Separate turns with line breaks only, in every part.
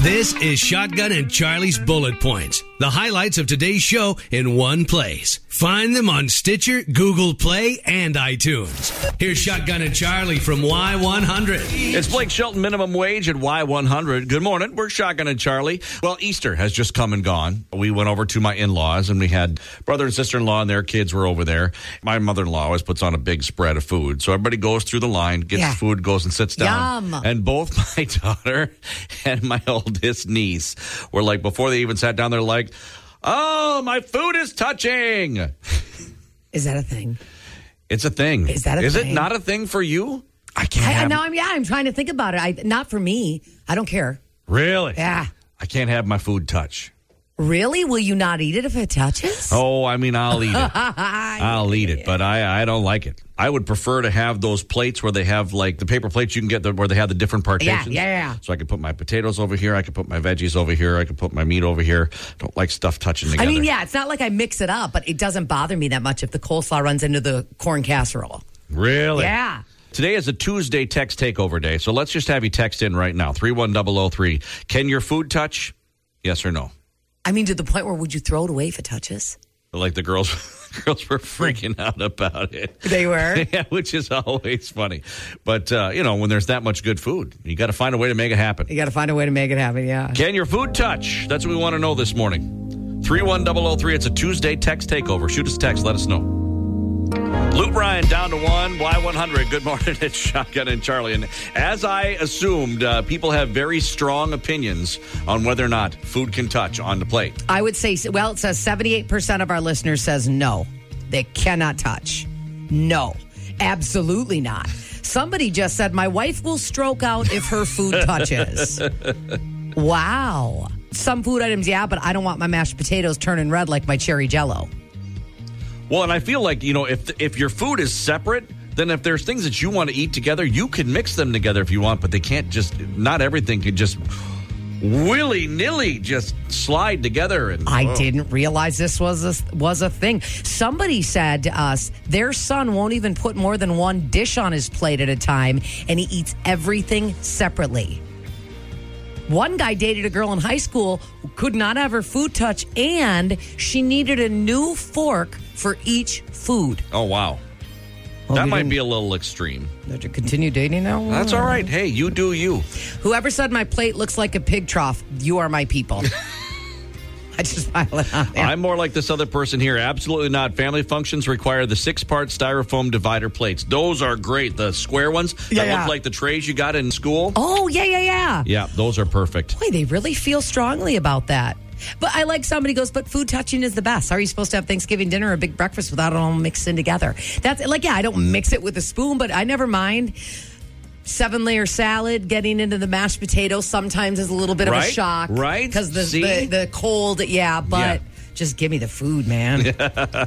This is Shotgun and Charlie's Bullet Points, the highlights of today's show in one place. Find them on Stitcher, Google Play, and iTunes. Here's Shotgun and Charlie from Y100.
It's Blake Shelton, minimum wage at Y100. Good morning. We're Shotgun and Charlie. Well, Easter has just come and gone. We went over to my in laws and we had brother and sister in law and their kids were over there. My mother in law always puts on a big spread of food. So everybody goes through the line, gets
Yeah.
food, goes and sits down.
Yum.
And both my daughter and my oldest niece were like, before they even sat down, they're like, oh, my food is touching.
Is that a thing?
It's a thing.
Is that a
Is it
thing?
not a thing for you?
I can't
I,
have
now I'm yeah, I'm trying to think about it. I not for me. I don't care.
Really?
Yeah.
I can't have my food touch.
Really? Will you not eat it if it touches?
Oh, I mean, I'll eat it. I'll eat it, but I, I don't like it. I would prefer to have those plates where they have like the paper plates you can get the, where they have the different partitions.
yeah, yeah.
So I could put my potatoes over here. I could put my veggies over here. I could put my meat over here. Don't like stuff touching
I
together.
mean, yeah, it's not like I mix it up, but it doesn't bother me that much if the coleslaw runs into the corn casserole.
Really?
Yeah.
Today is a Tuesday text takeover day. So let's just have you text in right now 31003. Can your food touch? Yes or no?
I mean, to the point where would you throw it away if it touches?
Like the girls girls were freaking out about it.
They were.
yeah, which is always funny. But uh, you know, when there's that much good food, you got to find a way to make it happen.
you got to find a way to make it happen. Yeah.
Can your food touch? That's what we want to know this morning. 31003. It's a Tuesday text takeover. Shoot us a text. Let us know. Luke Bryan down to one, Y100. Good morning. It's Shotgun and Charlie. And as I assumed, uh, people have very strong opinions on whether or not food can touch on the plate.
I would say, well, it says 78% of our listeners says no. They cannot touch. No, absolutely not. Somebody just said, my wife will stroke out if her food touches. wow. Some food items, yeah, but I don't want my mashed potatoes turning red like my cherry jello.
Well, and I feel like you know if if your food is separate, then if there's things that you want to eat together, you can mix them together if you want, but they can't just not everything can just willy nilly just slide together. And
I didn't realize this was a, was a thing. Somebody said to us, their son won't even put more than one dish on his plate at a time, and he eats everything separately. One guy dated a girl in high school who could not have her food touch, and she needed a new fork for each food.
oh wow, that might be a little extreme.
To continue dating now?
That's all right. Hey, you do you.
Whoever said my plate looks like a pig trough, you are my people. I just pile it on. there.
I'm more like this other person here. Absolutely not. Family functions require the six part styrofoam divider plates. Those are great. The square ones that
Yeah, yeah.
look like the trays you got in school.
Oh, yeah, yeah, yeah.
Yeah, those are perfect.
Boy, they really feel strongly about that. But I like somebody goes, but food touching is the best. How Are you supposed to have Thanksgiving dinner or a big breakfast without it all mixed in together? That's like, yeah, I don't mix it with a spoon, but I never mind. Seven layer salad, getting into the mashed potatoes sometimes is a little bit of a
Right?
shock.
Right?
Because the,
See?
the, the cold, yeah, but
Yeah.
just give me the food, man.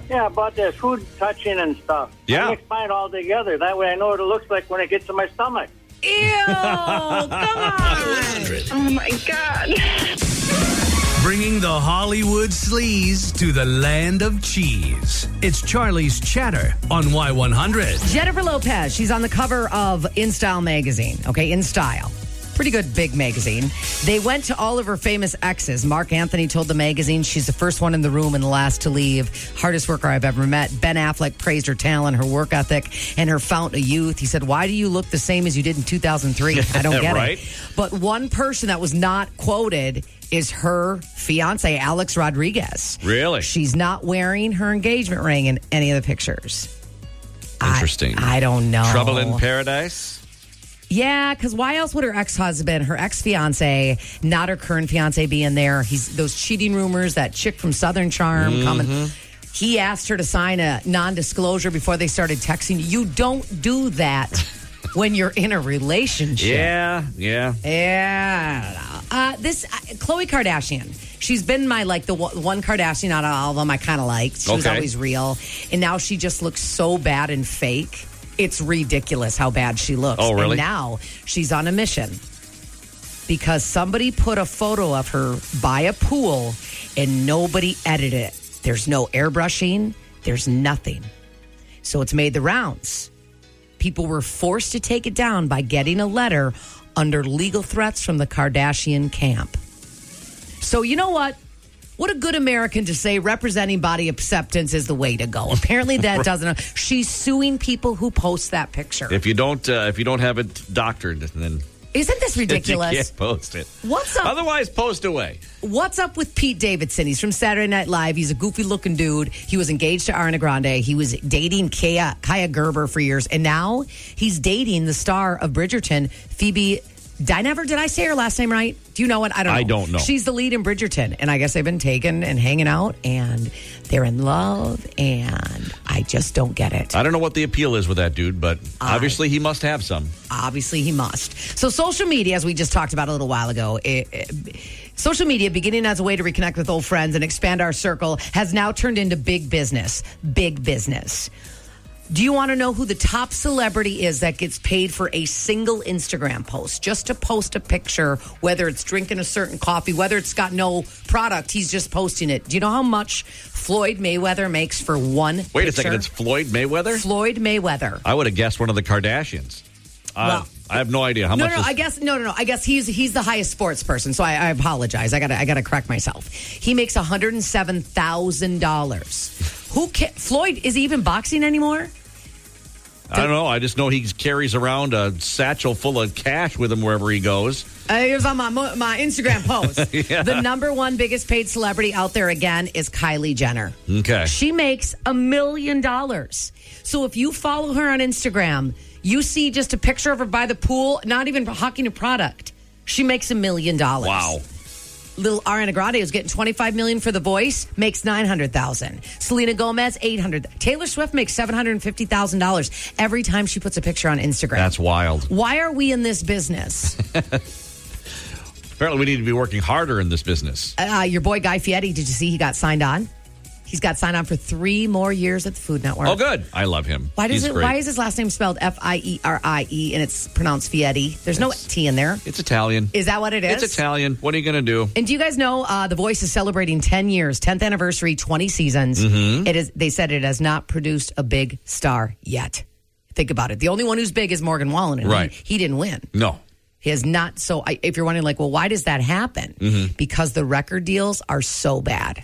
Yeah, about the food touching and stuff.
Yeah.
I mix mine all together. That way I know what it looks like when it gets to my stomach.
Ew, come on.
Oh my god.
Bringing the Hollywood sleaze to the land of cheese. It's Charlie's Chatter on Y100.
Jennifer Lopez, she's on the cover of InStyle magazine. Okay, InStyle. Pretty good big magazine. They went to all of her famous exes. Mark Anthony told the magazine she's the first one in the room and the last to leave. Hardest worker I've ever met. Ben Affleck praised her talent, her work ethic, and her fountain of youth. He said, Why do you look the same as you did in 2003? I don't get
Right.
it. But one person that was not quoted is her fiance, Alex Rodriguez.
Really?
She's not wearing her engagement ring in any of the pictures. I-
Interesting.
I, don't know.
Trouble in Paradise.
Yeah, because why else would her ex husband, her ex fiance, not her current fiance, be in there? He's those cheating rumors. That chick from Southern Charm
Mm-hmm.
coming. He asked her to sign a non disclosure before they started texting. You don't do that when you're in a relationship.
Yeah, yeah.
Yeah. Uh, this Chloe Kardashian. She's been my like the one one Kardashian out of all of them I kind of liked. She was
Okay.
always real, and now she just looks so bad and fake. It's ridiculous how bad she looks.
Oh, really?
And now she's on a mission because somebody put a photo of her by a pool and nobody edited it. There's no airbrushing. There's nothing. So it's made the rounds. People were forced to take it down by getting a letter under legal threats from the Kardashian camp. So you know what? What a good American to say representing body acceptance is the way to go. Apparently that doesn't. She's suing people who post that picture.
If you don't, uh, if you don't have it doctored, then
Isn't this
you
ridiculous?
can't post it.
What's up-
Otherwise, post away.
What's up with Pete Davidson? He's from Saturday Night Live. He's a goofy looking dude. He was engaged to Ariana Grande. He was dating Kaya, Kaya Gerber for years. And now he's dating the star of Bridgerton, Phoebe Dynever. Did I say her last name right? Do you know what? I don't know.
I don't know.
She's the lead in Bridgerton. And I guess they've been taken and hanging out and they're in love. And I just don't get it.
I don't know what the appeal is with that dude, but obviously he must have some.
obviously he must. So social media, as we just talked about a little while ago, it, it- social media, beginning as a way to reconnect with old friends and expand our circle, has now turned into big business. Big business. Do you want to know who the top celebrity is that gets paid for a single Instagram post? Just to post a picture, whether it's drinking a certain coffee, whether it's got no product, he's just posting it. Do you know how much Floyd Mayweather makes for one?
Wait a
picture?
second, it's Floyd Mayweather.
Floyd Mayweather.
I would have guessed one of the Kardashians. Uh,
Well-
I have no idea how
no,
much.
no,
this-
I guess no, no, no. I guess he's he's the highest sports person, so I, I apologize. I gotta I gotta correct myself. He makes one hundred and seven thousand dollars. Who ca Floyd is he even boxing anymore?
I don't know. I just know he carries around a satchel full of cash with him wherever he goes.
Uh, it was on my mo- my Instagram post. The number one biggest paid celebrity out there again is Kylie Jenner.
Okay.
she makes a million dollars. So if you follow her on Instagram, you see just a picture of her by the pool, not even hawking a product. She makes a million dollars.
Wow.
little Ariana Grande who's getting 25 million for The Voice makes 900,000. Selena Gomez 800. Taylor Swift makes $750,000 every time she puts a picture on Instagram.
That's wild.
Why are we in this business?
Apparently, we need to be working harder in this business.
uh, your boy Guy Fieri, did you see he got signed on? He's got signed on for 3 more years at the Food Network.
Oh, good. I love him.
Why does
He's
it
great.
why is his last name spelled F I E R I E and it's pronounced Fieri? There's no T in there.
It's Italian.
Is that what it is?
It's Italian. What are you going to do?
And do you guys know uh, the Voice is celebrating 10 years, 10th anniversary, 20 seasons? It is. They said it has not produced a big star yet. Think about it. The only one who's big is Morgan Wallen, and
Right.
he, he didn't win.
No.
He has not. So I, if you're wondering, like, well, why does that happen? Because the record deals are so bad.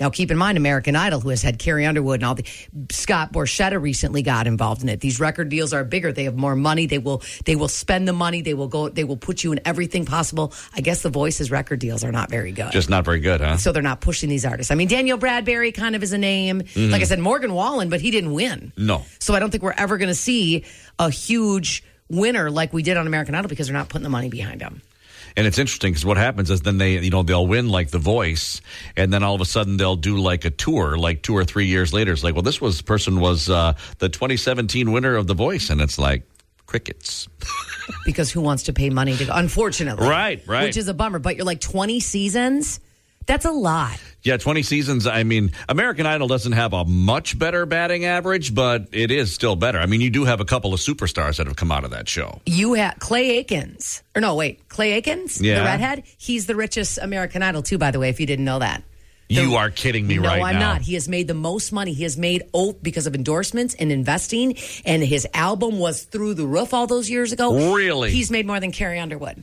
Now, keep in mind, American Idol, who has had Carrie Underwood and all the Scott Borchetta recently got involved in it. These record deals are bigger; they have more money. They will they will spend the money. They will go. They will put you in everything possible. I guess the Voices record deals are not very good
Just not very good, huh?
so they're not pushing these artists. I mean, Daniel Bradbury kind of is a name. Like I said, Morgan Wallen, but he didn't win.
No.
So I don't think we're ever going to see a huge winner like we did on American Idol because they're not putting the money behind him.
And it's interesting because what happens is then they, you know, they'll win like The Voice, and then all of a sudden they'll do like a tour, like two or three years later. It's like, well, this was person was uh, the 2017 winner of The Voice, and it's like crickets.
Because who wants to pay money to go? Unfortunately.
Right, right.
Which is a bummer. But you're like 20 seasons? That's a lot.
Yeah, 20 seasons. I mean, American Idol doesn't have a much better batting average, but it is still better. I mean, you do have a couple of superstars that have come out of that show.
You have Clay Aikens. Or no, wait, Clay Aikens,
Yeah.
the redhead. He's the richest American Idol, too, by the way, if you didn't know that.
You are kidding me
no,
right
I'm
now.
not. He has made the most money. He has made oh because of endorsements and investing, and his album was through the roof all those years ago.
Really?
he's made more than Carrie Underwood.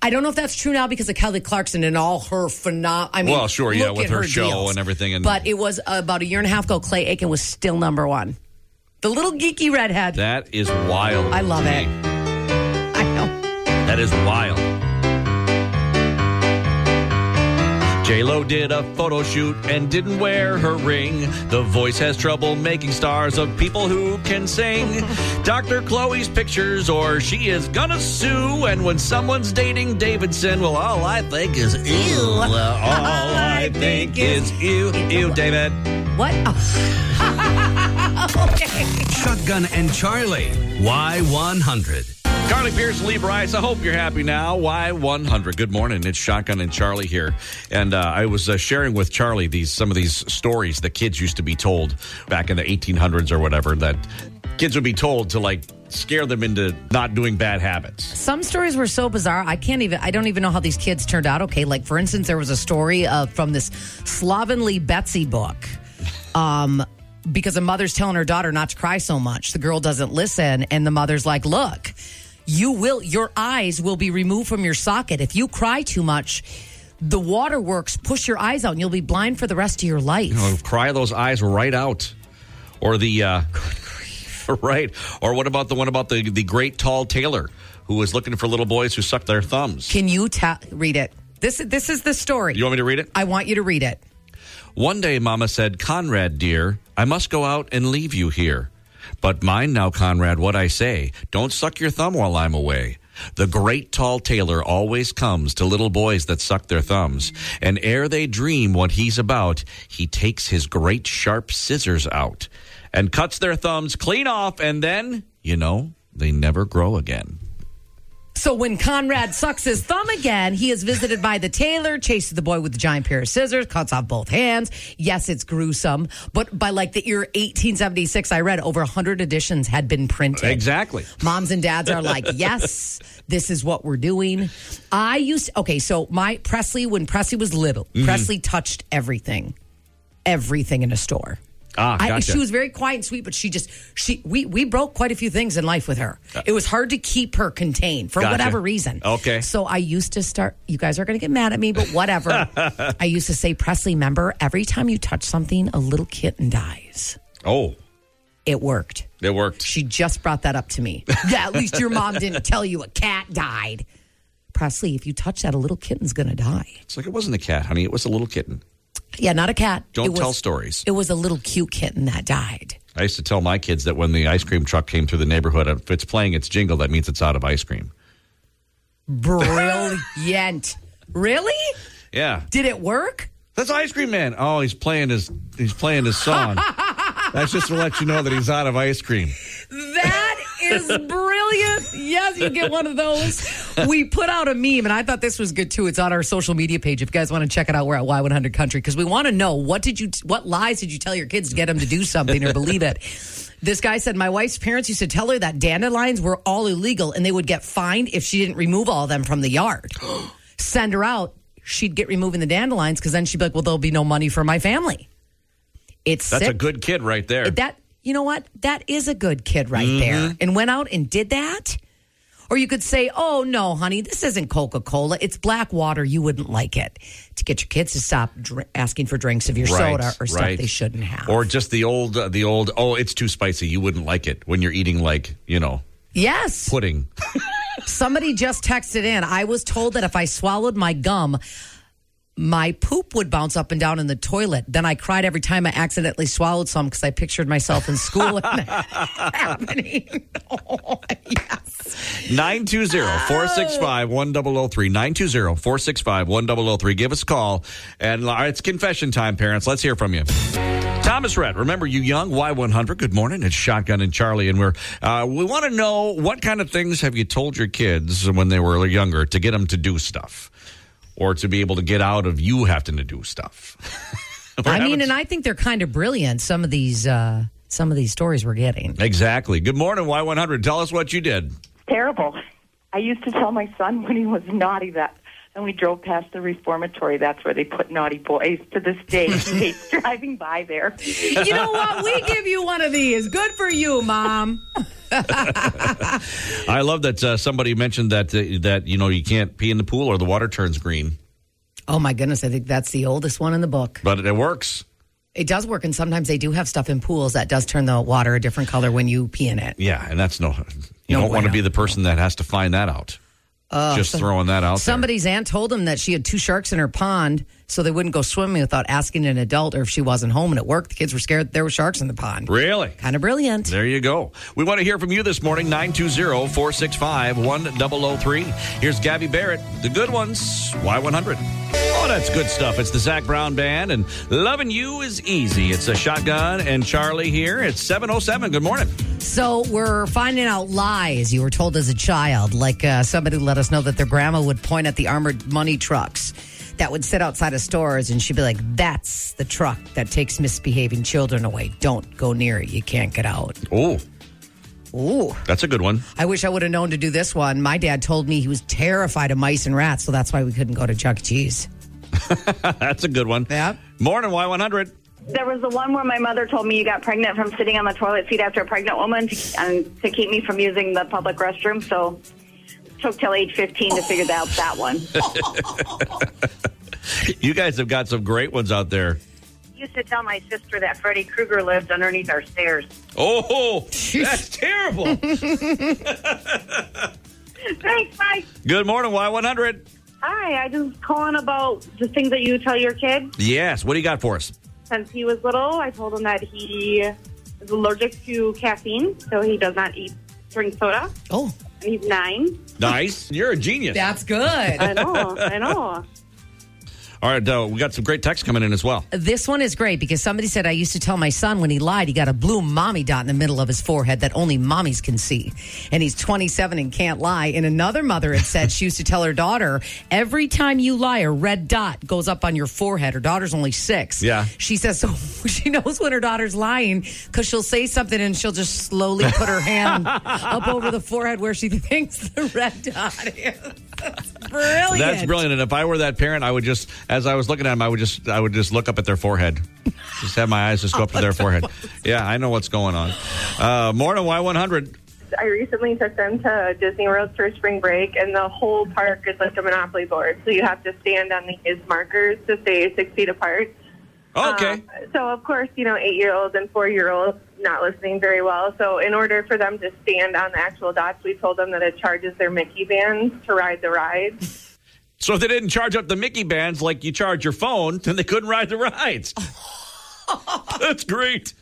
I don't know if that's true now because of Kelly Clarkson and all her phenom. I mean,
Well, sure, yeah,
look
with
at
her show
deals.
and everything and-
but it was about a year and a half ago. Clay Aiken was still number one. The little geeky redhead.
That is wild.
I love
to
it.
me.
I know.
That is wild. J Lo did a photo shoot and didn't wear her ring. The voice has trouble making stars of people who can sing. Dr. Chloe's pictures, or she is gonna sue. And when someone's dating Davidson, well, all I think is ew. All I think is ew, ew, David.
What? Oh. okay.
Shotgun and Charlie, Y100.
Carly Pierce, Lee Bryce. I hope you're happy now. Why 100? Good morning. It's Shotgun and Charlie here, and uh, I was uh, sharing with Charlie these some of these stories that kids used to be told back in the 1800s or whatever that kids would be told to like scare them into not doing bad habits.
Some stories were so bizarre. I can't even, I don't even know how these kids turned out okay. Like, for instance, there was a story uh, from this slovenly Betsy book. Um, because a mother's telling her daughter not to cry so much. The girl doesn't listen, and the mother's like, Look, you will, your eyes will be removed from your socket. If you cry too much, the waterworks push your eyes out and you'll be blind for the rest of your life.
I'll cry those eyes right out. Or the uh, right. Or what about the one about the the great tall tailor who was looking for little boys who sucked their thumbs?
Can you ta- read it? This this is the story.
you want me to read it?
I want you to read it.
One day, Mama said, Conrad, dear, I must go out and leave you here. But mind now, Conrad, what I say. Don't suck your thumb while I'm away. The great tall tailor always comes to little boys that suck their thumbs, and ere they dream what he's about, he takes his great sharp scissors out and cuts their thumbs clean off, and then, you know, they never grow again.
So when Conrad sucks his thumb again, he is visited by the tailor, chases the boy with the giant pair of scissors, cuts off both hands. Yes, it's gruesome, but by like the year 1876, I read over 100 editions had been printed.
Exactly.
Moms and dads are like, yes, this is what we're doing. I used, okay, so my Presley, when Presley was little,
Mm-hmm.
Presley touched everything, everything in a store.
Ah,
I-
gotcha.
she was very quiet and sweet, but she just she we we broke quite a few things in life with her. It was hard to keep her contained for
Uh, Gotcha.
whatever reason.
Okay.
So I used to start. You guys are going to get mad at me, but whatever. I used to say, Presley, remember every time you touch something, a little kitten dies.
Oh,
It worked.
it worked.
She just brought that up to me. Yeah, at least your mom didn't tell you a cat died. Presley, if you touch that, a little kitten's going to die.
It's like it wasn't a cat, honey. It was a little kitten.
Yeah, not a cat.
Don't
It was-
tell stories.
It was a little cute kitten that died.
I used to tell my kids that when the ice cream truck came through the neighborhood, if it's playing its jingle, that means it's out of ice cream.
Brilliant. really?
Yeah,
Did it work?
that's ice cream man. Oh, he's playing his he's playing his song. that's just to let you know that he's out of ice cream.
That is brilliant. Yes, you get one of those. We put out a meme, and I thought this was good too. It's on our social media page. If you guys want to check it out, we're at Y100 Country because we want to know what did you, what lies did you tell your kids to get them to do something or believe it. This guy said my wife's parents used to tell her that dandelions were all illegal and they would get fined if she didn't remove all of them from the yard. Send her out, she'd get removing the dandelions because then she'd be like, "Well, there'll be no money for my family." It's
That's
sick.
a good kid right there.
That you know what? That is a good kid right
Mm-hmm.
there. And went out and did that. Or you could say, "Oh no, honey, this isn't Coca-Cola. It's black water. You wouldn't like it." To get your kids to stop dr- asking for drinks of your soda or stuff
right.
they shouldn't have.
Or just the old uh, the old. Oh, it's too spicy. You wouldn't like it when you're eating like you know
yes,
pudding.
somebody just texted in. I was told that if I swallowed my gum, my poop would bounce up and down in the toilet. Then I cried every time I accidentally swallowed some because I pictured myself in school and that happening. Oh, yes.
920-465-1003 920-465-1003 give us a call and uh, it's confession time parents let's hear from you thomas red remember you young y100 good morning it's shotgun and charlie and we're uh, we want to know what kind of things have you told your kids when they were younger to get them to do stuff or to be able to get out of you having to do stuff We're
I
having-
mean, and I think they're kind of brilliant. Some of these, uh, some of these stories we're getting.
exactly good morning y100 tell us what you did
terrible. I used to tell my son when he was naughty that, and we drove past the reformatory. That's where they put naughty boys. To this day, he hates driving by there.
You know what? We give you one of these. Good for you, mom.
i love that uh, somebody mentioned that uh, that you know you can't pee in the pool or the water turns green
Oh my goodness! I think that's the oldest one in the book.
But it works.
It does work, and sometimes they do have stuff in pools that does turn the water a different color when you pee in it.
Yeah, and that's no. You
No
don't want to
bueno. Uh,
be the person that has to find that out. Just throwing that out. there.
Somebody's aunt told him that she had two sharks in her pond, so they wouldn't go swimming without asking an adult or if she wasn't home. And it worked. The kids were scared that there were sharks in the pond.
Really?
Kind of brilliant.
There you go. We want to hear from you this morning, 920 465 1003. Here's Gabby Barrett, the good ones, Y100. Oh, that's good stuff. It's the Zach Brown Band, and loving you is easy. It's a shotgun and Charlie here. It's 707. Good morning.
So we're finding out lies you were told as a child. Like uh, somebody let us know that their grandma would point at the armored money trucks that would sit outside of stores, and she'd be like, "That's the truck that takes misbehaving children away. Don't go near it. You can't get out."
Oh,
Ooh.
that's a good one.
I wish I would have known to do this one. My dad told me he was terrified of mice and rats, so that's why we couldn't go to Chuck E. Cheese.
That's a good one.
Yep.
Morning, Y100.
There was the one where my mother told me you got pregnant from sitting on the toilet seat after a pregnant woman to, um, to keep me from using the public restroom. So took till age 15 to figure out that one.
You guys have got some great ones out there.
used to tell my sister that Freddy Krueger lived underneath our stairs.
Oh, that's terrible.
Thanks, Mike.
Good morning, Y100.
Hi, I just calling about the things that you tell your kid.
Yes, what do you got for us?
Since he was little, I told him that he is allergic to caffeine, so he does not eat drink soda.
Oh,
And he's nine.
Nice. You're a genius.
that's good.
I know, I know.
All right, uh, we got some great texts coming in as well.
this one is great because somebody said, I used to tell my son when he lied, he got a blue mommy dot in the middle of his forehead that only mommies can see. And he's 27 and can't lie. And another mother had said she used to tell her daughter, every time you lie, a red dot goes up on your forehead. Her daughter's only six.
Yeah.
She says, so she knows when her daughter's lying because she'll say something and she'll just slowly put her hand up over the forehead where she thinks the red dot is. That's brilliant.
That's brilliant. And if I were that parent, I would just, as I was looking at them, I would just, I would just look up at their forehead. just have my eyes just go up to their forehead. Yeah, I know what's going on. Uh, morning, Y100.
I recently took them to Disney World for spring break, and the whole park is like a Monopoly board. So you have to stand on these markers to stay six feet apart.
Okay.
Um, so, of course, you know, eight year olds and four year olds not listening very well. So, in order for them to stand on the actual dots, we told them that it charges their Mickey bands to ride the ride.
so if they didn't charge up the Mickey bands like you charge your phone, then they couldn't ride the rides. That's great.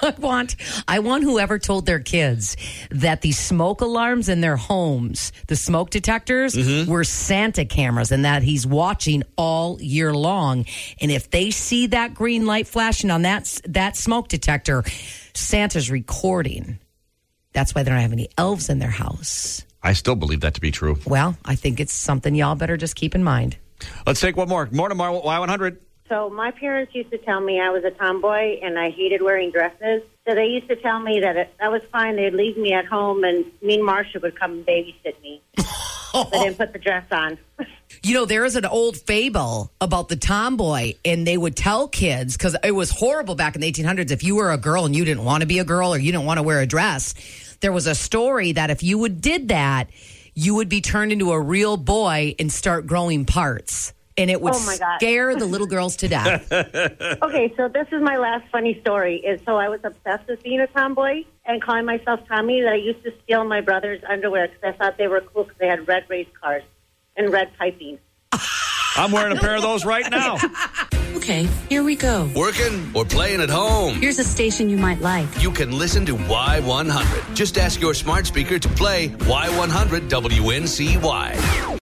I want I want whoever told their kids that the smoke alarms in their homes, the smoke detectors, were Santa cameras and that he's watching all year long. And if they see that green light flashing on that s- that smoke detector, Santa's recording. That's why they don't have any elves in their house.
I still believe that to be true.
Well, I think it's something y'all better just keep in mind.
Let's take one more. Morning, Mar- Y100.
So my parents used to tell me I was a tomboy and I hated wearing dresses. So they used to tell me that it, that was fine. They'd leave me at home and mean Marcia would come and babysit me. but then put the dress on.
You know, there is an old fable about the tomboy, and they would tell kids because it was horrible back in the 1800s. If you were a girl and you didn't want to be a girl or you didn't want to wear a dress, there was a story that if you would did that, you would be turned into a real boy and start growing parts, and it would
Oh, my God.
scare the little girls to death.
Okay, so this is my last funny story. Is so I was obsessed with being a tomboy and calling myself Tommy. That I used to steal my brother's underwear because I thought they were cool because they had red race cars and red piping.
I'm wearing a pair of those right now.
Okay, here we go.
Working or playing at home?
Here's a station you might like.
You can listen to Y100. Just ask your smart speaker to play Y100 WNCY.